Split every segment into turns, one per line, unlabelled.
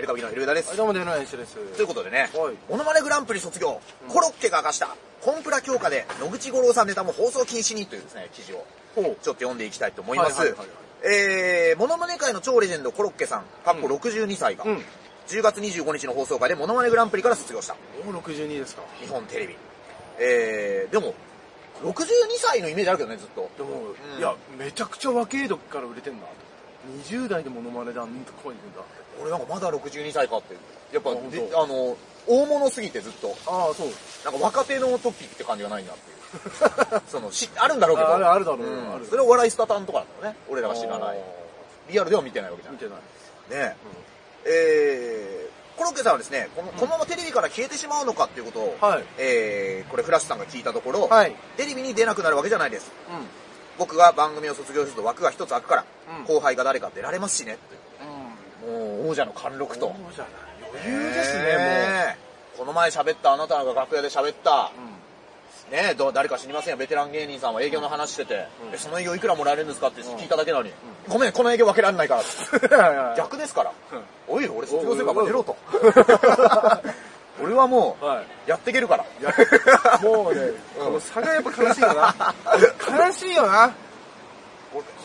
ルカビのエルダです。
どうも、デノエンシです。
ということでね
はい、
モノマネグランプリ卒業、コロッケが明かした、コンプラ強化で野口五郎さんネタも放送禁止にというですね、記事を、ちょっと読んでいきたいと思いま
はい
す
はいはい。
えー、モノマネ界の超レジェンドコロッケさん、かっこ
うん
62歳が、
うん
10月25日の放送回でモノマネグランプリから卒業した。
もう62ですか。
日本テレビ。えー、でも、62歳のイメージあるけどね、ずっと。
でも、
うん
いや、めちゃくちゃ若い時から売れてんなと。20代でモノマネだ、なんと声出るんだって。
俺なんかまだ62歳かって。やっぱ、
あ本当
であの、大物すぎてずっと。
ああ、そう。
なんか若手の時って感じがないなっていう。 その、し、あるんだろうけど。
ああるあるだろう
うん
ある
それはお笑いスタタンとかなんだろうね。俺らが知らない
あ。
リアルでは見てないわけじゃ
ー
ん。
見
ね
てな
え。
い。
えー、コロッケさんはですね、このこのままテレビから消えてしまうのかっていうことを、
はい
えー、これフラッシュさんが聞いたところ、
はい
テレビに出なくなるわけじゃないです。
うん。うん。
僕が番組を卒業すると枠が一つ開くから、
うん
後輩が誰か出られますしねって
うん。
もう王者の貫禄と。
そうじゃない。余裕ですね、
もう。この前喋った、あなたが楽屋で喋った、
もう。
ねえ、ど誰か知りませんよ、ベテラン芸人さんは営業の話してて、
うん
えその営業いくらもらえるんですかって聞いただけなのに、ごめん、この営業分けらんないからって
うん。
逆ですから、
うん
おい、俺卒業すれば出ろと。 俺はも
は
う、やっていけるから。
い。いや、もうね、この差がやっぱ悲しいよな。悲しいよな。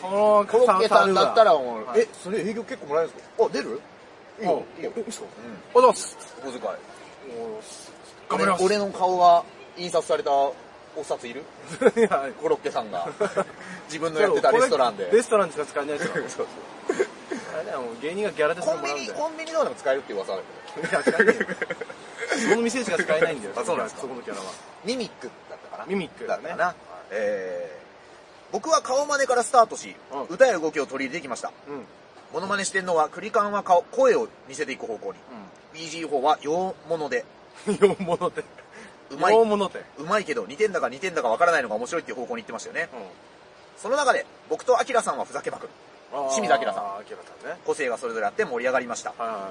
この
コロッケさんだったらもう、
はい
え、それ営業結構もらえるんですかあ、出るいいよ、いいよ。
嘘
うん
おどうす。
小遣い。
頑張ります。
俺の顔が印刷されたお札いる
いや
コロッケさん が自分のやってたレストランで
レストランしか使えないやつだ
そうそう
あれだよ、もう芸人がギャラで
コンビ
ん
ニ
だよ
コンビニどうでも使えるって噂あるけど。
いや使えないよその店しか使えないんだよ
あそうなんですか
そこのキャラは。
ミミックだったかな
ミミック
だ
だ
っ
ね
たかな、えー、僕は顔真似からスタートし、
うん
歌や動きを取り入れてきました
うん。うん。
モノマネしてんのはクリカンは顔声を似せていく方向に BG4 は洋物で
洋物店。
うまい
洋物店。
うまいけど似てんだか似てんだかわからないのが面白いっていう方向に行ってましたよね
うん。
その中で僕とアキラさんはふざけまくる清水明さん
あー明さんね。
個性がそれぞれあって盛り上がりました
は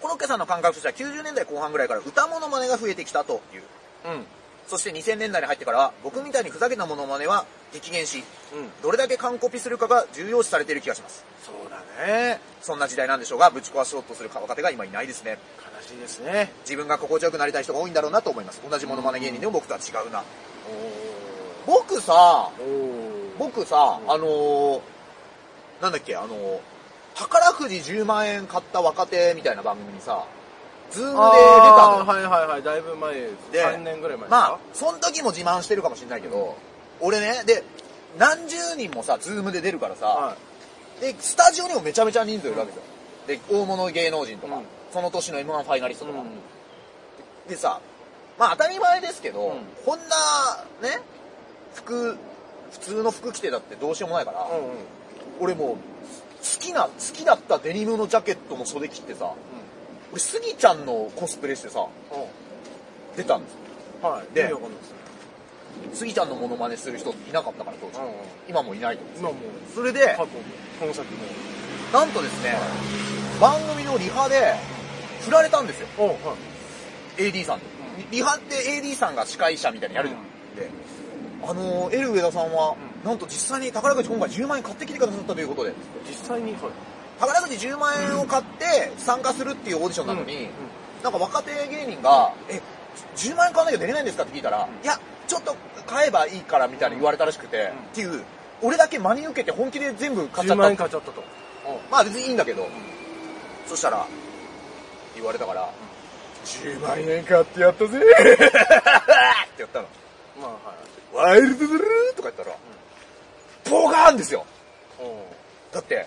コロッケさんの感覚としては90年代後半ぐらいから歌モノマネが増えてきたという。
いはい。
そして2000年代に入ってからは僕みたいにふざけたモノマネは激減し、
うん。うん。
どれだけ完コピするかが重要視されている気がします。
そうだね。
そんな時代なんでしょうが、ぶち壊しようとする若手が今いないですね。
悲しいですね。
自分が心地よくなりたい人が多いんだろうなと思います。同じモノマネ芸人でも僕とは違うな。
お
僕さ、
ー。おー。
僕さ、
うん
あのー、なんだっけ、あのー、宝くじ10万円買った若手みたいな番組にさ、ズームで出たの
あー
よ。
はいはいはい。だいぶ前
で
3年ぐらい前です
まあ
か、
その時も自慢してるかもしれないけど、俺ね、で、何十人もさ、ズームで出るからさ、
はい。
で、スタジオにもめちゃめちゃ人数いるわけですよ。で、大物芸能人とか、
うん
その年の M1 ファイナリスト
う
とか。
ん。
でさ、まあ当たり前ですけど、
うん
こんな、ね、服、普通の服着てだってどうしようもないから、
うんうん。
俺もう、好きな、好きだったデニムのジャケットの袖切ってさ、俺、スギちゃんのコスプレしてさ、出たんですよ。
うん。はい。
で
意味わかんないですね。
スギちゃんのモノマネする人いなかったから、当時。
うんうん
今もういないと思う。
今もう、
それで
過、去も、この先も。
なんとですね、番組のリハで、振られたんですよ。
おはい。
AD さんと、
う
リハって AD さんが司会者みたいにやるじゃん、
うん
であのー、L 上田さんは、
うん
なんと実際に宝くじ今回10万円買ってきてくださったということで
実際に、はい。
宝くじ10万円を買って参加するっていうオーディションなのに、
うんうん
なんか若手芸人が「え10万円買わなきゃ出れないんですか?」って聞いたら「
うん
いやちょっと買えばいいから」みたいに言われたらしくて、
うん
っていう俺だけ真に受けて本気で全部買っちゃ
10
っ
万円
た
買っちゃったと。
まあ別にいいんだけど、そしたら言われた から「10万円買ってやったぜ! 」ってやったの。
まあ、はい。
ワイルドドゥルーとか言ったら、ポカーンですよ
お
だって、
はい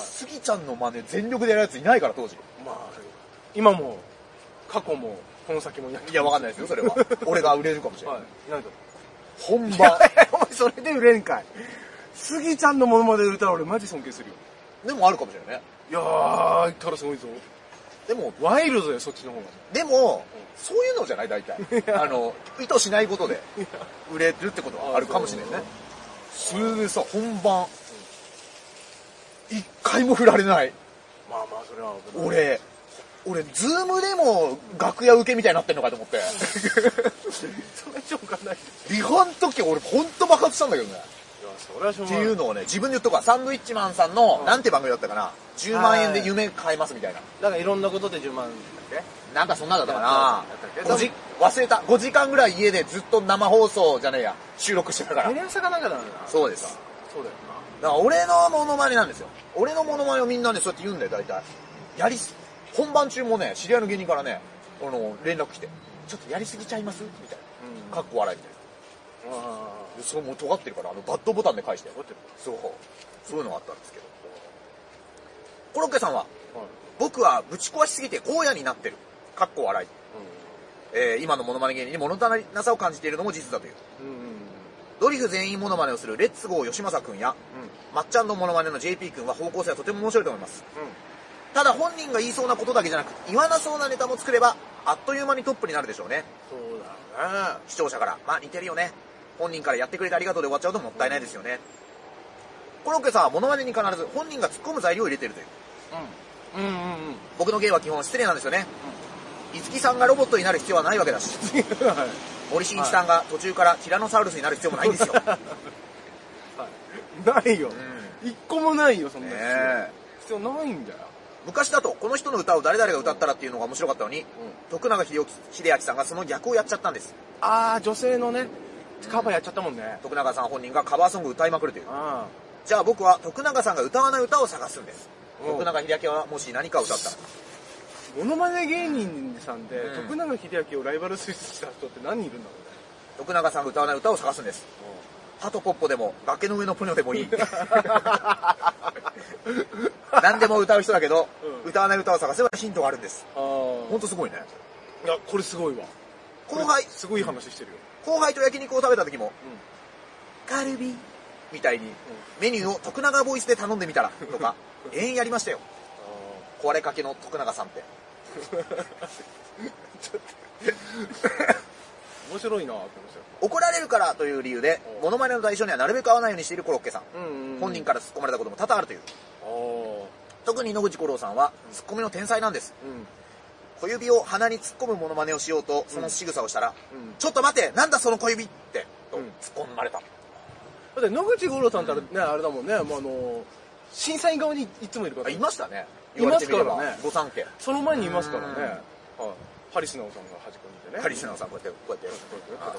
スギちゃんの真似全力でやるやついないから当時。
まあ、今も、過去も、この先もいない。
いや、わかんないですよ、それは。 俺が売れるかもしれない。
はい。なんだ
本
いや
場。
いやお前 それで売れんかい。スギちゃんのものまで売れたら俺マジ尊敬するよ。
でもあるかもしれないね。
いやー、言ったらすごいぞ。
でも、
ワイルドだよ、そっちの方が。
でも、そういうのじゃない大体
い。や
あの、意図しないことで、売れるってことはあるかもしれないね。それでさ、本番、一回も振られない。
まあまあ、それは危ない。
俺、俺、ズームでも楽屋受けみたいになってんのかと思 って。
それしょうがない。い
リハの時俺ほんと爆発したんだけどね。
や、それはしょう
っ
が
て
ない
いうのをね、自分で言っとくわ。サンドイッチマンさんの、
うん
なんて番組だったかな。10万円で夢買えますみたいな。
なんかいろんなことで10万
なんかそんなだったか
や
な
ったっけ。
5時忘れた。5時間ぐらい家でずっと生放送じゃねえや。収録してたか
テ
ら。
レ朝かなんかだよな
そうです。
そうだよ
だから俺のモノマネなんですよ。俺のモノマネをみんなね、そうやって言うんだよ、大体。やりす、本番中もね、知り合いの芸人からね、あの、連絡来て、ちょっとやりすぎちゃいますみたい
うん
な。かっこ笑いみたいな。
なあ
でそう、もう尖ってるから、あの、バッドボタンで返して
あ。ってる
そう。そういうのがあったんですけど。コロッケさんは、
はい
僕はぶち壊しすぎて荒野になってる。かっこ笑い。えー今のモノマネ芸人に物足りなさを感じているのも事実だという。
うんうんうん
ドリフ全員モノマネをするレッツゴー吉正くんや、まっちゃんのモノマネの JP くんは方向性はとても面白いと思います。ただ本人が言いそうなことだけじゃなく、言わなそうなネタも作れば、あっという間にトップになるでしょうね。
そうだね
視聴者から、まあ似てるよね。本人からやってくれてありがとうで終わっちゃうともったいないですよね。コロッケさんはモノマネに必ず本人が突っ込む材料を入れているという。
うんうんうんうん
僕の芸は基本失礼なんですよね。いつきさんがロボットになる必要はないわけだし、
はい
森進一さんが途中からティラノサウルスになる必要もないんですよ。
ないよ
う
一個もないよそんな
ね
必
え
要必要ないんだよ
昔だとこの人の歌を誰々が歌ったらっていうのが面白かったのに、徳永秀明さんがその逆をやっちゃったんです。
ああ女性のねカバーやっちゃったもんね
徳永さん本人がカバーソング歌いまくるという。
あ
じゃあ僕は徳永さんが歌わない歌を探すんです。
うん
徳永秀明はもし何かを歌ったら。
モノマネ芸人さんで
うん
徳永英明をライバル視した人って何人いるんだろ
徳永さんが歌わない歌を探すんです。ハトポッポでも、崖の上のポニョでも いい。何でも歌う人だけど、
うん
歌わない歌を探せばヒントがあるんです。
うね
ほんとすごいね。
ああいやこれすごいわ
後輩
これ、すごい話してるよ
後輩と焼肉を食べた時も、
うん
カルビみたいに、メニューを徳永ボイスで頼んでみ たら、とか、永遠やりましたよ。壊れかけの徳永さんって。
面白いなと思って
怒られるからという理由で、
うん
モノマネの対象にはなるべく合わないようにしているコロッケさん。
たうん
本人から突っ込まれたことも多々あるという。
ああ
特に野口五郎さんは、突っ込みの天才なんです。
うん
小指を鼻に突っ込むモノマネをしようと、その仕草をしたら、
うん
ちょっと待てなんだその小指って、と
うん
突っ込まれた。
だって野口五郎さんってあれ,、ね、あれだもんね、もうあの審査員側にいつもいるから
あ、いましたね。
いますからね
言われてみればご三家。
その前にいますからね
うん
はいハリスナオさんが端っこにいてね
ハリスナーさんこうやって、こうやって。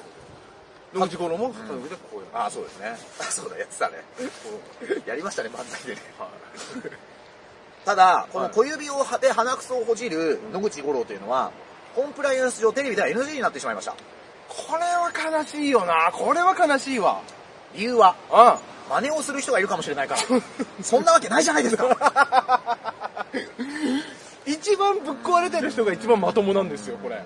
野口五郎も片上でこうやる
ああ、そうですね。 あそうだ、やってたね。やりましたね、漫才でね。
はい
ただ、この小指をで鼻くそをほじる野口五郎というのは、コンプライアンス上テレビでは NG になってしまいました。
これは悲しいよなこれは悲しいわ
理由は、
う
真似をする人がいるかもしれない から。そんなわけないじゃないですか。
ん一番ぶっ壊れてる人が一番まともなんですよこれ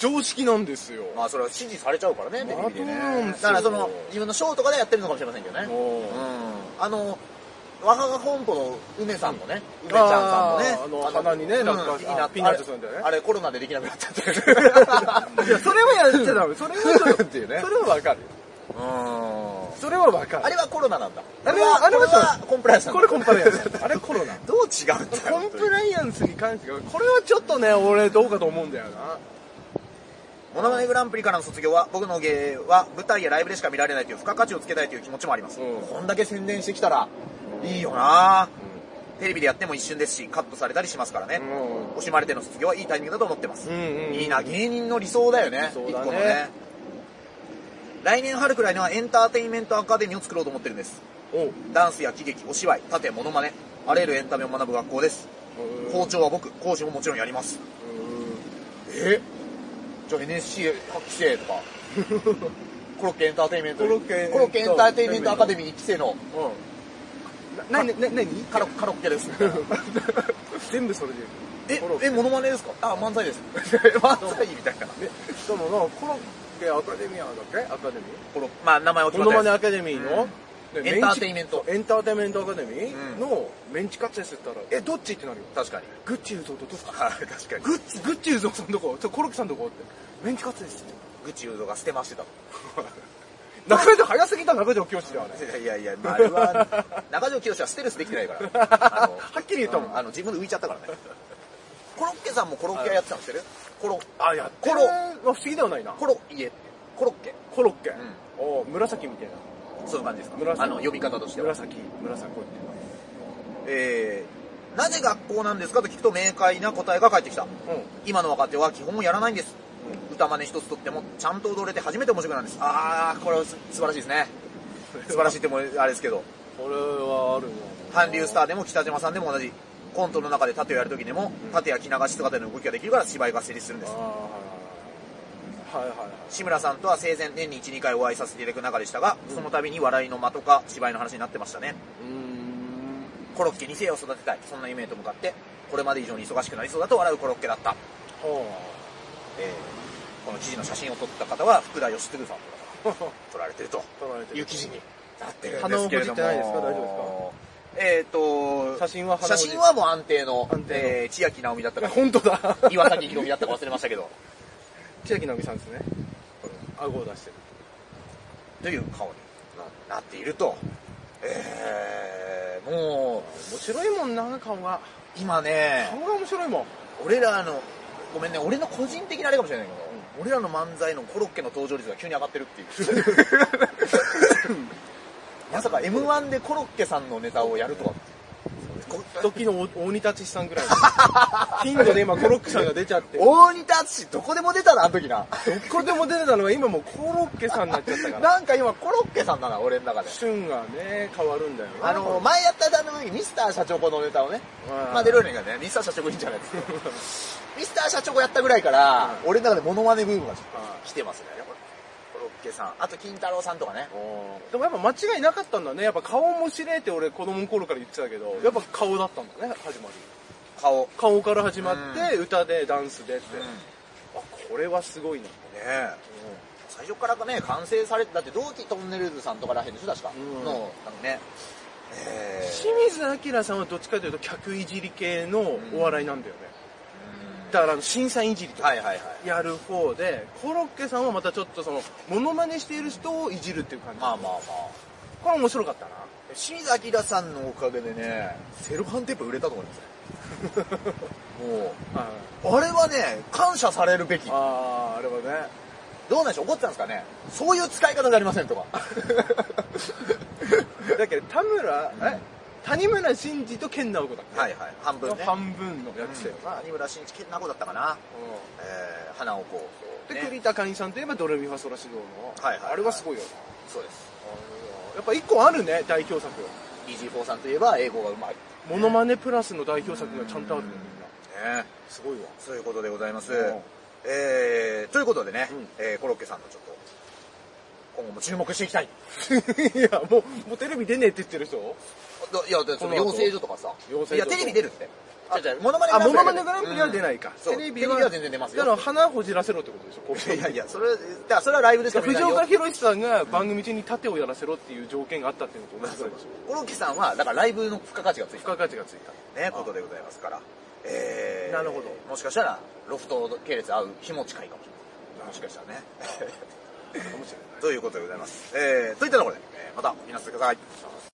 常識なんですよ
まあそれは支持されちゃうからね、テレビでね
まあそうなん。
だ
ですよ
からその、自分のショーとかでやってるのかもしれませんけどね。
おー
うん。あの、若が本舗の梅さんもね、梅ちゃんさんもね、
あーあの鼻にね
うん
なんか
気になっ
ピ
て、
ンナ
あ
ッ
れ
ツさんだよね
あれコロナでできなくなっちゃって。
い やそれはやっちゃダメそ れはちょっと
っていうね
それはわかる
うん。
それはわかる
あれはコロナなんだ。
あれはあれは
こコンプライアンスなん
こ
だ
れコンプライアンスあれコロナ
どう違うんだよ
コンプライアンスに関してはこれはちょっとね俺どうかと思うんだよな
モノマネグランプリからの卒業は、僕の芸は舞台やライブでしか見られないという付加価値をつけたいという気持ちもあります。
うん
こんだけ宣伝してきたら、いいよなテレビでやっても一瞬ですし、カットされたりしますからね。
う
惜しまれての卒業はいいタイミングだと思ってます。
んうんうん
いいな、芸人の理想だよね。
そう
一
だね
個のね。来年春くらいにはエンターテインメントアカデミーを作ろうと思ってるんです。
お
ダンスや喜劇、お芝居、盾、モノマネ、あらゆるエンタメを学ぶ学校です。校長は僕、講師ももちろんやります。えじゃあ NSC 各期生 とかコロッケエンターテインメント
コロッケ
コロッケエンターテインメントアカデミー1期生の
うんななななに
カロカロッケ ですみたいな
全部それ
え
でコロッケ
えモノマネですかあ漫才です 漫才みたいな
ねそのなコロッケアカデミアだっけアカデミ
このまあ名前を
ー
決
モ
まった
ノマネ
や
アカデミーの、
うん
ね
エンターテインメント
チそうエンターテインメントアカデミー
うん
のメンチカツですって言ったら、えどっちってなるよ
つ確かに
グッチユゾとどっち
はい確かに
グッチグッチユゾさんどこちょコロッケさんどこってメンチカツですって
グチユードが捨てましてた
中条早すぎた中条教師だよね
いやいや、まあ、あれは中条清はステルスできてないからあの
はっきり言ったもん
うあの自分で浮いちゃったからねコロッケさんもコロッケ屋やってたんですよねコロ
あや
コ
コ
ロ
ロ不思議ではないな
コロ家コロッケ
コロッケ、
ん
おう紫みたいな
コそういう感じですか
紫
あの、読み方としては。
紫、紫、こうやっ
えー、なぜ学校なんですかと聞くと明快な答えが返ってきた。
て。うん。
今の若手は基本をやらないんです。歌真似一つとっても、ちゃんと踊れて初めて面白くなるんです。あー、これはす素晴らしいですね。素晴らしいってもあれですけど。
これはあるな
韓流スターでも北島さんでも同じコントの中で盾をやるときでも
うん
盾や着流し姿での動きができるから芝居が成立するんです
あーはいはいはい
志村さんとは生前年に12回お会いさせていただく中でしたがその度に笑いの間とか芝居の話になってましたね
うーん
コロッケに生を育てたいそんな夢へと向かってこれまで以上に忙しくなりそうだと笑うコロッケだった、
ほ
えーこの記事の写真を撮った方は福田義嗣さんとか
う
撮られてると
取られてる
いう記事になってるんですけれども
鼻をほじってないですか大丈夫
ですかえっ、と
写真は鼻を
写
ほじ
真はもう安定の
安定の
えー千秋直美だった
いや
か
本当だ
岩崎宏美だったか忘れましたけど。
千秋直美さんですね顎を出してる
という顔になっていると。えー、も
面白いもんな顔が
う、今ね、
顔が面白いもん
俺らの、ごめんね、俺の個人的なあれかもしれないけど、俺らの漫才のコロッケの登場率が急に上がってるって いう。まさか M1 でコロッケさんのネタをやるとは。こ
時の大鬼立ちさん ぐらい頻度で今コロッケさんが出ちゃってど
大仁田氏どこでも出たな、あの時な。
こでも出てたのが今もうコロッケさんになっちゃったから
なんか今コロッケさんだな、俺の中で。
旬がね変わるんだよな
あの、前やったあの時、ミスター社長このネタをね、まあ出るようにね、ミスター社長いいんじゃないですか。ミスター社長やったぐらいから、俺の中でモノマネブームがちょっと来てますね。やっぱコロッケさん、あと金太郎さんとかね。
でもやっぱ間違いなかったんだねやっぱ顔も知れって俺子供の頃から言ってたけどやっぱ顔だったんだね始まり
顔。ね
顔から始まって、歌でダンスでって、あこれはすごいな
え最初からかね、完成されて、だって同期トンネルズさんとからへんでしょ、確か。
うん
の、なんかね。えー
清水明さんはどっちかというと客いじり系のお笑いなんだよね、だからあの審査員いじりとか
はいはいはい。
やる方でコロッケさんはまたちょっとそのモノマネしている人をいじるっていう感じ、
まあまあまあ。
これ面白かったな
清水明さんのおかげでね、セロハンテープ売れたと思います ね。もう。
あ
あれはね、感謝されるべき。
あーあれは ね
どうなんでしょう怒ってたんですかねそういう使い方じゃありませんとか。
だけど田村え谷村新司と健直子だっけ、
はいはい。半分ね。
半分のやつだよ
うんまあ、二村新一、けんな子だったかな。えー、花をこう。
で、
ね
栗田寛一さんといえばドレミファソラシドの、
はいはいはい
あれはすごいよな
そうです。
やっぱ一個あるね代表作
イージーフォーさんといえば英語がうまい。ね
モノマネプラスの代表作がちゃんとあるねみんなすごいわ
そういうことでございます
うん。
えー、ということでね
うん、
えーコロッケさんのちょっと、今後も注目していきたい。
いやもうもうテレビ出ねえって言ってる人
いや、だってその
この後
養成所とかさ。
養成所
いや、テレビ出るって。あ、じゃあ、モノマネ
あ
グランプ
モ
リ
ノマネグランプリは出ないか、
そうテレビは全然出ますよ
だから花ほじらせろってことでしょこう
うんいやいや、それ、だからそれはライブですからみん
藤
な
岡弘さんが番組中に盾をやらせろっていう条件があったっていうのと同じぐらいでしょ
コロッケさんは、だからライブの付加価値がつい
付
た
加価値がついた
ね、ことでございますから。えー、
なるほど
もしかしたら、ロフト系列合う日も近いかもしれない。もしかしたらね。
かもしれない
ということでございます。えー、といったところで、えーまたお聞きなさってください。